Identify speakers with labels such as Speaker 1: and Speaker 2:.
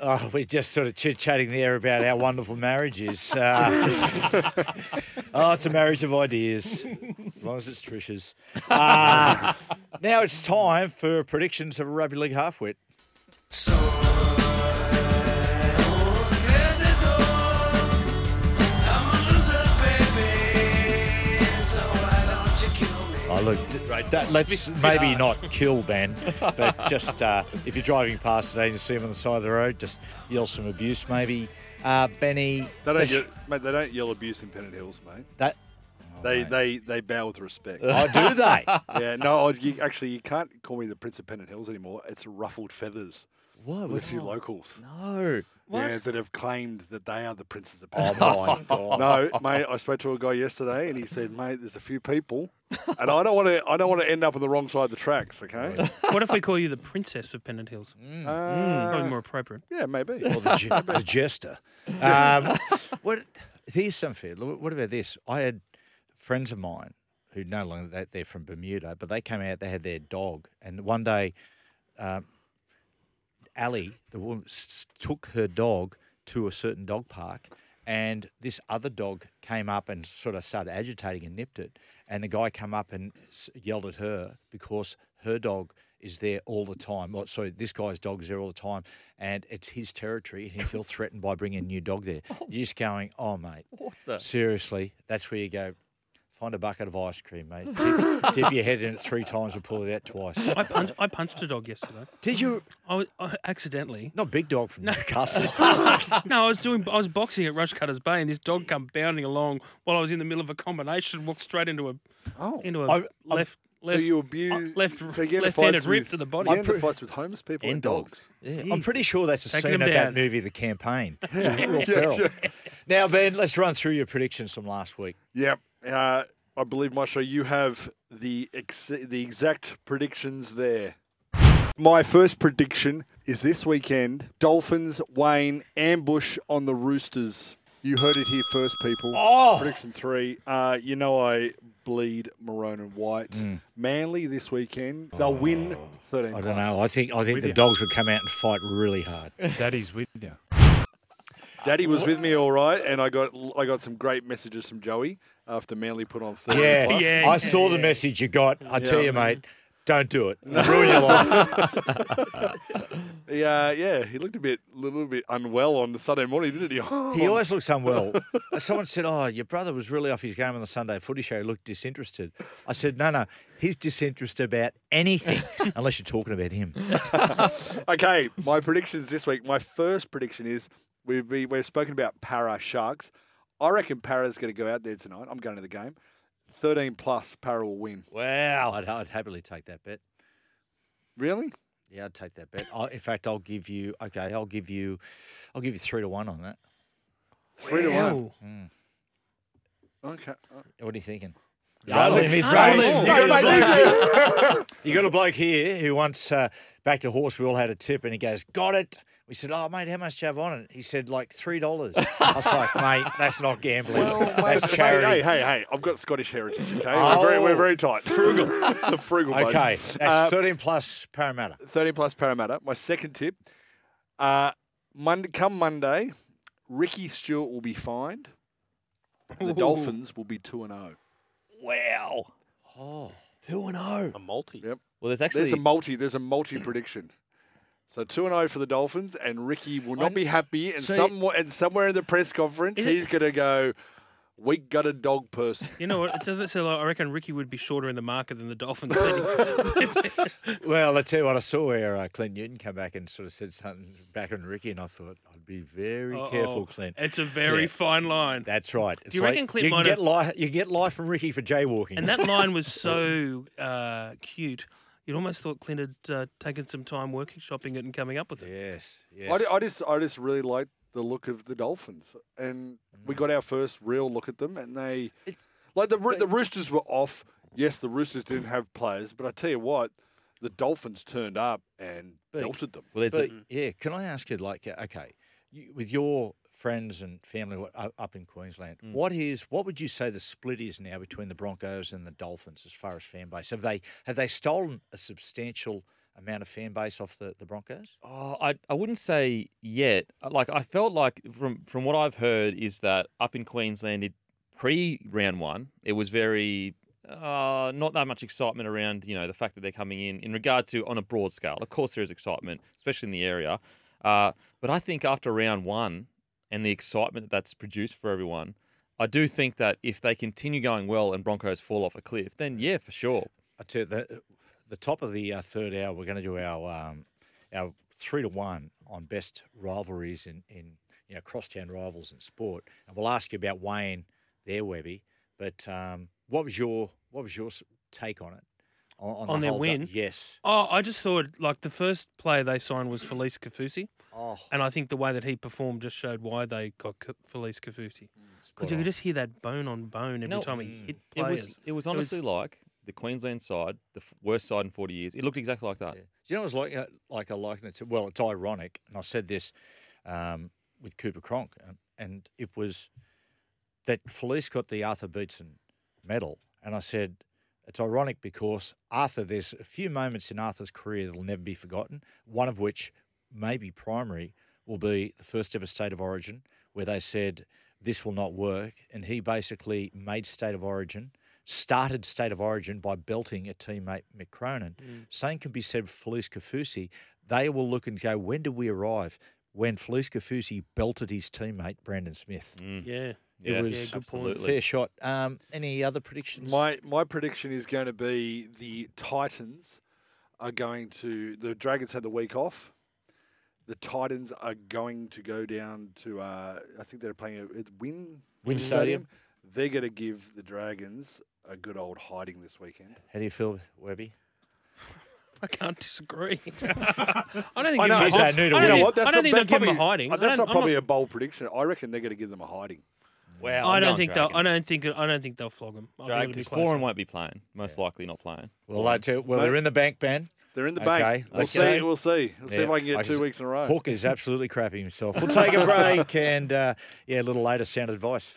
Speaker 1: Oh, we're just sort of chit chatting there about how wonderful marriage is. Uh, oh, it's a marriage of ideas, as long as it's Trisha's. Uh, now it's time for predictions of a rugby league halfwit. Oh, look,
Speaker 2: Right,
Speaker 1: that,
Speaker 2: so-
Speaker 1: let's
Speaker 2: Bit- bit
Speaker 1: maybe
Speaker 2: hard.
Speaker 1: not kill Ben, but just uh, if you're driving past today and you see him on the side of the road, just yell some abuse maybe. Uh, Benny,
Speaker 3: They don't,
Speaker 1: let's-
Speaker 3: yell, mate, they don't yell abuse in Pennant Hills, mate.
Speaker 1: that,
Speaker 3: They, they, they bow with respect.
Speaker 1: oh, do they?
Speaker 3: yeah, no, I- you, actually, you can't call me the Prince of Pennant Hills anymore. It's ruffled feathers
Speaker 1: What?
Speaker 3: with a few locals.
Speaker 2: No.
Speaker 3: Yeah, that have claimed that they are the princes of
Speaker 1: Oh
Speaker 3: Pennant Hills.
Speaker 1: my god!
Speaker 3: No, mate, I spoke to a guy yesterday and he said, mate, there's a few people and I don't want to I don't want to end up on the wrong side of the tracks, okay?
Speaker 4: What if we call you the princess of Pennant Hills?
Speaker 3: Uh,
Speaker 4: Probably more appropriate.
Speaker 3: Yeah, maybe.
Speaker 1: Or the, ge- the jester. Um, what? Here's some fair. Look, What about this? I had friends of mine who no longer they- they're from Bermuda, but they came out. They had their dog, and one day, um, Ali, the woman, s- took her dog to a certain dog park, and this other dog came up and sort of started agitating and nipped it. And the guy came up and s- yelled at her because her dog is there all the time. Well, so this guy's dog's there all the time, and it's his territory, and he felt threatened by bringing a new dog there. You're just going, oh mate,
Speaker 2: What the?
Speaker 1: Seriously, that's where you go. Find a bucket of ice cream, mate. Dip, dip your head in it three times and pull it out twice.
Speaker 4: I, punch, I punched a dog yesterday.
Speaker 1: Did you?
Speaker 4: I, was, I accidentally.
Speaker 1: Not big dog from Newcastle.
Speaker 4: No, I was doing. I was boxing at Rushcutters Bay, and this dog come bounding along while I was in the middle of a combination. Walked straight into a
Speaker 3: Oh.
Speaker 4: into a
Speaker 1: I- I'm-
Speaker 4: left
Speaker 3: So
Speaker 4: left
Speaker 3: you abuse
Speaker 4: left-
Speaker 3: so you get into
Speaker 4: left-handed
Speaker 3: fights
Speaker 4: rip
Speaker 3: with-
Speaker 4: to the body.
Speaker 3: You
Speaker 4: I'm
Speaker 3: get into
Speaker 4: pretty-
Speaker 3: fights with homeless people and,
Speaker 2: And
Speaker 3: dogs.
Speaker 2: dogs.
Speaker 1: Yeah, I'm pretty sure that's a
Speaker 4: Taking
Speaker 1: scene
Speaker 4: him
Speaker 1: of that
Speaker 4: down.
Speaker 1: movie, The Campaign. Will Ferrell. Now, Ben, let's run through your predictions from last week.
Speaker 3: Yep. Uh, I believe, Maestro, you have the ex- the exact predictions there. My first prediction is this weekend: Dolphins Wayne ambush on the Roosters. You heard it here first, people.
Speaker 1: Oh.
Speaker 3: Prediction three. Uh, you know I bleed maroon and white. Manly this weekend. They'll win thirteen.
Speaker 1: Mm. Oh. I don't
Speaker 3: plus.
Speaker 1: know. I think I think the dogs would come out and fight really hard.
Speaker 5: Daddy's with you.
Speaker 3: Daddy was with me all right, and I got I got some great messages from Joey after Manly put on thirteen
Speaker 1: Yeah,
Speaker 3: plus.
Speaker 4: Yeah,
Speaker 1: I saw the message you got. I tell
Speaker 3: Yeah.
Speaker 1: you, mate, don't do it. Ruin your life.
Speaker 3: Yeah, yeah, he looked a bit, little bit unwell on the Sunday morning, didn't he?
Speaker 1: He always looks unwell. Someone said, "Oh, your brother was really off his game on the Sunday footy show. He looked disinterested." I said, "No, no, he's disinterested about anything unless you're talking about him."
Speaker 3: okay, my predictions this week. My first prediction is we've be, we've spoken about Para Sharks. I reckon Para's going to go out there tonight. I'm going to the game. Thirteen plus, Para will win.
Speaker 1: Wow, I'd, I'd happily take that bet.
Speaker 3: Really?
Speaker 1: Yeah, I'd take that bet. I, in fact, I'll give you. Okay, I'll give you. I'll give you three to one on that.
Speaker 3: Three to one.
Speaker 4: Wow.
Speaker 3: Okay.
Speaker 1: What are you thinking?
Speaker 3: Rather-
Speaker 1: him his
Speaker 4: Rather
Speaker 1: mate.
Speaker 4: than-
Speaker 1: You got a bloke- You got a bloke here who once uh, back to horse. We all had a tip, and he goes, "Got it." We said, "Oh, mate, how much do you have on it?" He said, "Like three dollars." I was like, "Mate, that's not gambling.
Speaker 3: Mate,
Speaker 1: that's charity."
Speaker 3: Hey, hey, hey! I've got Scottish heritage. Okay, we're very, we're very tight. Frugal, the frugal. bunch.
Speaker 1: Oh. Okay, that's
Speaker 3: Uh,
Speaker 1: 13 plus Parramatta.
Speaker 3: 13 plus Parramatta. My second tip. Uh, Monday, come Monday, Ricky Stewart will be fined. The Dolphins will be 2 and oh. 0.
Speaker 2: Wow. Oh. 2 and oh. 0.
Speaker 5: A multi.
Speaker 3: Yep.
Speaker 2: Well, there's actually.
Speaker 3: There's a multi, there's a multi prediction. So 2 and 0 for the Dolphins and Ricky will not be happy and
Speaker 1: So-
Speaker 3: somewhere and somewhere in the press conference he's going to go we got a dog person.
Speaker 4: You know what? It doesn't sound like I reckon Ricky would be shorter in the market than the Dolphins. did.
Speaker 1: Well, I tell you what, I saw where uh, Clint Newton came back and sort of said something back on Ricky, and I thought I'd be very careful,
Speaker 4: Uh-oh.
Speaker 1: Clint.
Speaker 4: It's a very
Speaker 1: Yeah.
Speaker 4: fine line.
Speaker 1: That's right. It's
Speaker 4: you
Speaker 1: like-
Speaker 4: reckon Clint
Speaker 1: you can
Speaker 4: might
Speaker 1: get life? You can get life from Ricky for jaywalking.
Speaker 4: And that line was so uh, cute. You'd almost thought Clint had uh, taken some time working, shopping it, and coming up with it.
Speaker 1: yes, yes.
Speaker 3: I, ju- I just I just really like the look of the Dolphins, and we
Speaker 1: Mm.
Speaker 3: got our first real look at them, and they like the Roo- the Roosters were off. Yes, the Roosters didn't have players, but I tell you what, the Dolphins turned up and
Speaker 1: Big.
Speaker 3: belted them.
Speaker 2: well, there's
Speaker 1: But,
Speaker 2: a,
Speaker 1: yeah, can I ask you, like, uh, okay, you, with your friends and family wha- u- up in Queensland,
Speaker 4: Mm.
Speaker 1: what is what would you say the split is now between the Broncos and the Dolphins as far as fan base? Have they have they stolen a substantial amount of fan base off the, the Broncos?
Speaker 5: Oh, I, I wouldn't say yet. Uh, Like I felt like from from what I've heard is that up in Queensland, it, pre round one, it was very uh, not that much excitement around you know the fact that they're coming in in regard to on a broad scale. Of course, there is excitement, especially in the area. Uh, but I think after round one and the excitement that's produced for everyone, I do think that if they continue going well and Broncos fall off a cliff, then yeah, for sure.
Speaker 1: I tell you, the, the top of the uh, third hour, we're going to do our um, our three to one on best rivalries in, in you know crosstown rivals in sport, and we'll ask you about Wayne there, Webby. But um, what was your what was your s- take on it on,
Speaker 4: On their
Speaker 1: whole du-
Speaker 4: win?
Speaker 1: yes.
Speaker 4: Oh, I just thought like the first player they signed was Felice Kafusi,
Speaker 1: Oh,
Speaker 4: and I think the way that he performed just showed why they got K- Felice Kafusi because
Speaker 1: spot
Speaker 4: you
Speaker 1: on.
Speaker 4: could just hear that bone on bone every
Speaker 5: No,
Speaker 4: time he hit
Speaker 5: It
Speaker 4: players.
Speaker 5: was it was honestly like the Queensland side, the f- worst side in 40 years. It looked exactly like that.
Speaker 1: Yeah. Do you know what it's like? uh, Like I liken it to. Well, it's ironic, and I said this um, with Cooper Cronk, and, and it was that Felice got the Arthur Beetson medal, and I said it's ironic because Arthur. There's a few moments in Arthur's career that'll never be forgotten. One of which, maybe primary, will be the first ever State of Origin, where they said this will not work, and he basically made State of Origin started State of Origin by belting a teammate Mick Cronin. Same can be said for Felice Kafusi. They will look and go, when do we arrive? When Felice Kafusi belted his teammate Brandon Smith.
Speaker 4: yeah,
Speaker 1: It
Speaker 5: Mm, Yeah,
Speaker 1: was
Speaker 4: yeah, good
Speaker 5: absolutely.
Speaker 1: fair shot. Um, any other predictions?
Speaker 3: My my prediction is going to be the Titans are going to the Dragons had the week off. The Titans are going to go down to uh, I think they're playing at Win
Speaker 1: Wynn Stadium.
Speaker 3: They're going to give the Dragons a good old hiding this weekend.
Speaker 1: How do you feel, Webby?
Speaker 4: I can't disagree. I don't think
Speaker 3: I know,
Speaker 4: they'll
Speaker 1: geez, I
Speaker 4: give
Speaker 1: knew
Speaker 4: him
Speaker 1: to
Speaker 4: a- I
Speaker 1: win.
Speaker 4: don't
Speaker 1: You know
Speaker 4: think- I don't think they'll give him
Speaker 3: probably-
Speaker 4: a hiding.
Speaker 3: uh,
Speaker 4: I
Speaker 3: That's
Speaker 4: don't-
Speaker 3: not
Speaker 4: I'm
Speaker 3: probably a bold prediction. I reckon they're going to give them a hiding.
Speaker 5: Wow.
Speaker 4: I
Speaker 5: I'm
Speaker 4: don't
Speaker 5: going
Speaker 4: think they'll. I
Speaker 5: Dragons.
Speaker 4: don't think. I don't think they'll flog him. I think it'll be
Speaker 5: Dragons four
Speaker 4: closer.
Speaker 5: and won't be playing. Most likely not playing.
Speaker 1: Well, I tell, well,
Speaker 3: Mate.
Speaker 1: they're in the bank, Ben.
Speaker 3: They're in the
Speaker 1: Okay,
Speaker 3: bank. We'll
Speaker 1: let's
Speaker 3: see.
Speaker 1: go.
Speaker 3: We'll see. We'll see
Speaker 1: Yeah,
Speaker 3: if I can get
Speaker 1: I can
Speaker 3: two
Speaker 1: s-
Speaker 3: weeks in a row.
Speaker 1: Hook is absolutely crapping himself. We'll take a break and, uh, yeah, a little later, sound advice.